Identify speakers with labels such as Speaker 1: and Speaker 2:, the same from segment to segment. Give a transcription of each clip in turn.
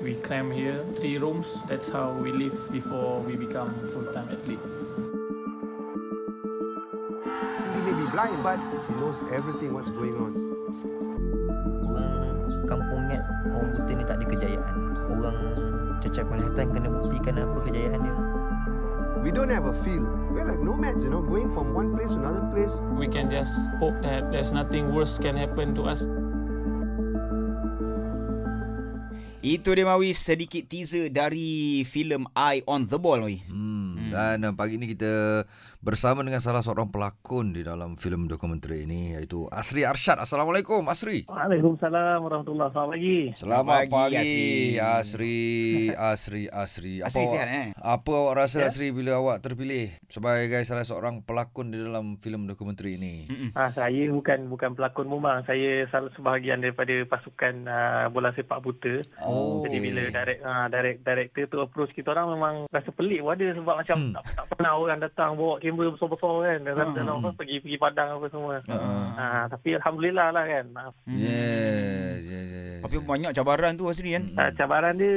Speaker 1: We climb here, three rooms. That's how we live before we become full-time athlete.
Speaker 2: He may be blind, but he knows everything what's going on.
Speaker 3: Orang kampung Ngat, orang buta ni tak ada kejayaan. Orang cacat penglihatan kena buktikan apa kejayaan dia.
Speaker 2: We don't have a field. We're like nomads, you know, going from one place to another place.
Speaker 1: We can just hope that there's nothing worse can happen to us.
Speaker 4: Itu dia Mawi sedikit teaser dari filem Eye on the Ball Mawi.
Speaker 5: Hmm. Dan uh, pagi ni kita bersama dengan salah seorang pelakon di dalam filem dokumentari ini iaitu Asri Arsyad. Assalamualaikum Asri.
Speaker 6: Waalaikumsalam warahmatullahi Selamat pagi.
Speaker 5: Selamat
Speaker 4: pagi,
Speaker 5: pagi Asri. Asri Asri Asri.
Speaker 4: Asri
Speaker 5: awak-
Speaker 4: sihat eh?
Speaker 5: Apa awak rasa yeah. Asri bila awak terpilih sebagai salah seorang pelakon di dalam filem dokumentari ini?
Speaker 6: Ha, saya bukan bukan pelakon memang. Saya salah sebahagian daripada pasukan uh, bola sepak buta.
Speaker 4: Oh.
Speaker 6: Jadi bila direct, uh, direct, director tu approach kita orang memang rasa pelik pun ada sebab macam hmm. tak, tak pernah orang datang bawa kamera besar-besar kan. Dan, hmm. dan orang pergi pergi padang apa semua.
Speaker 5: Uh-uh.
Speaker 6: Ha, tapi Alhamdulillah lah kan. Ha,
Speaker 5: Hmm. Yes, yes, yes. yes. Hmm.
Speaker 4: Tapi banyak cabaran tu Asri kan.
Speaker 6: ha, cabaran dia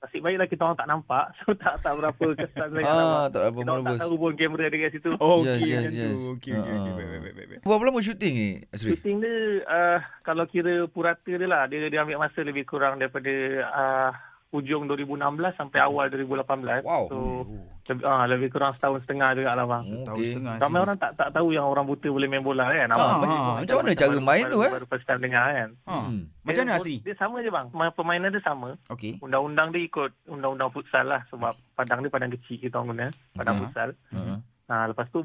Speaker 6: nasib baiklah kita orang tak nampak. So tak tak berapa kesan sangat
Speaker 5: Ah,
Speaker 6: nampak.
Speaker 5: tak apa
Speaker 6: Kita orang tak
Speaker 5: menerobos.
Speaker 6: tahu pun kamera dia kat situ.
Speaker 4: Oh,
Speaker 5: Yes,
Speaker 4: okey
Speaker 5: yes,
Speaker 4: macam tu.
Speaker 5: yes.
Speaker 4: Okey okey okey.
Speaker 5: Ah.
Speaker 4: Baik baik baik, baik.
Speaker 5: Berapa lama syuting ni Asri?
Speaker 6: Shooting dia uh, kalau kira purata dia lah dia dia ambil masa lebih kurang daripada uh, hujung 2016 sampai awal 2018.
Speaker 5: Wow. Hmm,
Speaker 6: So lebih, uh, lebih kurang setahun setengah juga lah bang.
Speaker 4: Tahu Oh, setengah.
Speaker 6: Ramai orang tak tak tahu yang orang buta boleh main bola kan. Abang
Speaker 4: Ah,
Speaker 6: tadi
Speaker 4: ah,
Speaker 5: macam mana cara
Speaker 6: baru-
Speaker 5: main
Speaker 6: baru-
Speaker 5: tu, eh?
Speaker 6: Baru first time dengar kan.
Speaker 4: Ha.
Speaker 5: Hmm.
Speaker 4: Macam mana
Speaker 6: Dia-
Speaker 4: Asri?
Speaker 6: Dia sama je bang. Ma- Permainan dia sama.
Speaker 4: Okey.
Speaker 6: Undang-undang dia ikut undang-undang futsal lah sebab padang dia padang kecil kita orang guna. Padang
Speaker 4: Okey.
Speaker 6: futsal.
Speaker 5: Uh-huh.
Speaker 6: Ha, lepas tu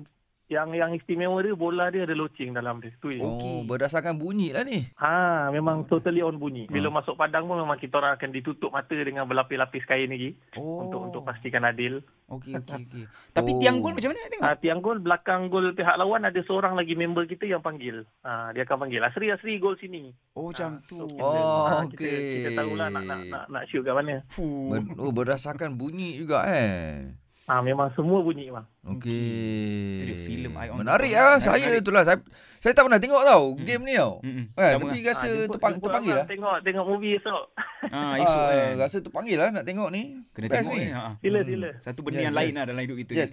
Speaker 6: yang yang istimewa dia bola dia ada loceng dalam dia. Tu je.
Speaker 4: Okey.
Speaker 5: Oh, berdasarkan bunyi lah ni.
Speaker 6: Ha,
Speaker 5: Hmm.
Speaker 6: memang totally on bunyi. Bila masuk padang pun memang kita orang akan ditutup mata dengan berlapis-lapis kain lagi
Speaker 4: Oh.
Speaker 6: untuk untuk pastikan adil.
Speaker 4: Okey okey okey. Tapi
Speaker 5: Oh.
Speaker 4: tiang gol macam mana tengok?
Speaker 6: Ha, tiang gol belakang gol pihak lawan ada seorang lagi member kita yang panggil. Ha, dia akan panggil Asri Asri gol sini.
Speaker 4: Oh macam tu.
Speaker 6: So, kita,
Speaker 5: Oh,
Speaker 6: kita,
Speaker 5: okey.
Speaker 6: kita tahulah nak nak nak, nak shoot kat mana.
Speaker 4: Fuh.
Speaker 5: Ber- oh, berdasarkan bunyi juga eh.
Speaker 6: Ha, memang semua bunyi bang.
Speaker 5: Okey.
Speaker 4: Itu dia filem Eye on
Speaker 5: Menarik
Speaker 4: the Ball.
Speaker 5: ah.
Speaker 4: Menarik,
Speaker 5: Saya
Speaker 4: menarik. Hmm.
Speaker 5: itulah saya saya tak pernah tengok tau game ni tau.
Speaker 4: Mm-mm.
Speaker 5: Eh,
Speaker 4: Sama
Speaker 5: tapi
Speaker 4: lah.
Speaker 5: rasa
Speaker 6: Ah, jemput-
Speaker 5: terpang,
Speaker 6: jemput
Speaker 5: terpanggil
Speaker 6: abang
Speaker 5: lah.
Speaker 6: Tengok tengok movie esok.
Speaker 4: Ah esok
Speaker 5: Ah,
Speaker 4: kan.
Speaker 5: Rasa terpanggil lah nak tengok ni.
Speaker 4: Kena
Speaker 5: Best
Speaker 4: tengok ni. Ha.
Speaker 6: Sila sila.
Speaker 4: Satu benda
Speaker 5: Yes,
Speaker 4: yang lain
Speaker 5: yes.
Speaker 4: lah dalam hidup kita.
Speaker 5: Yes.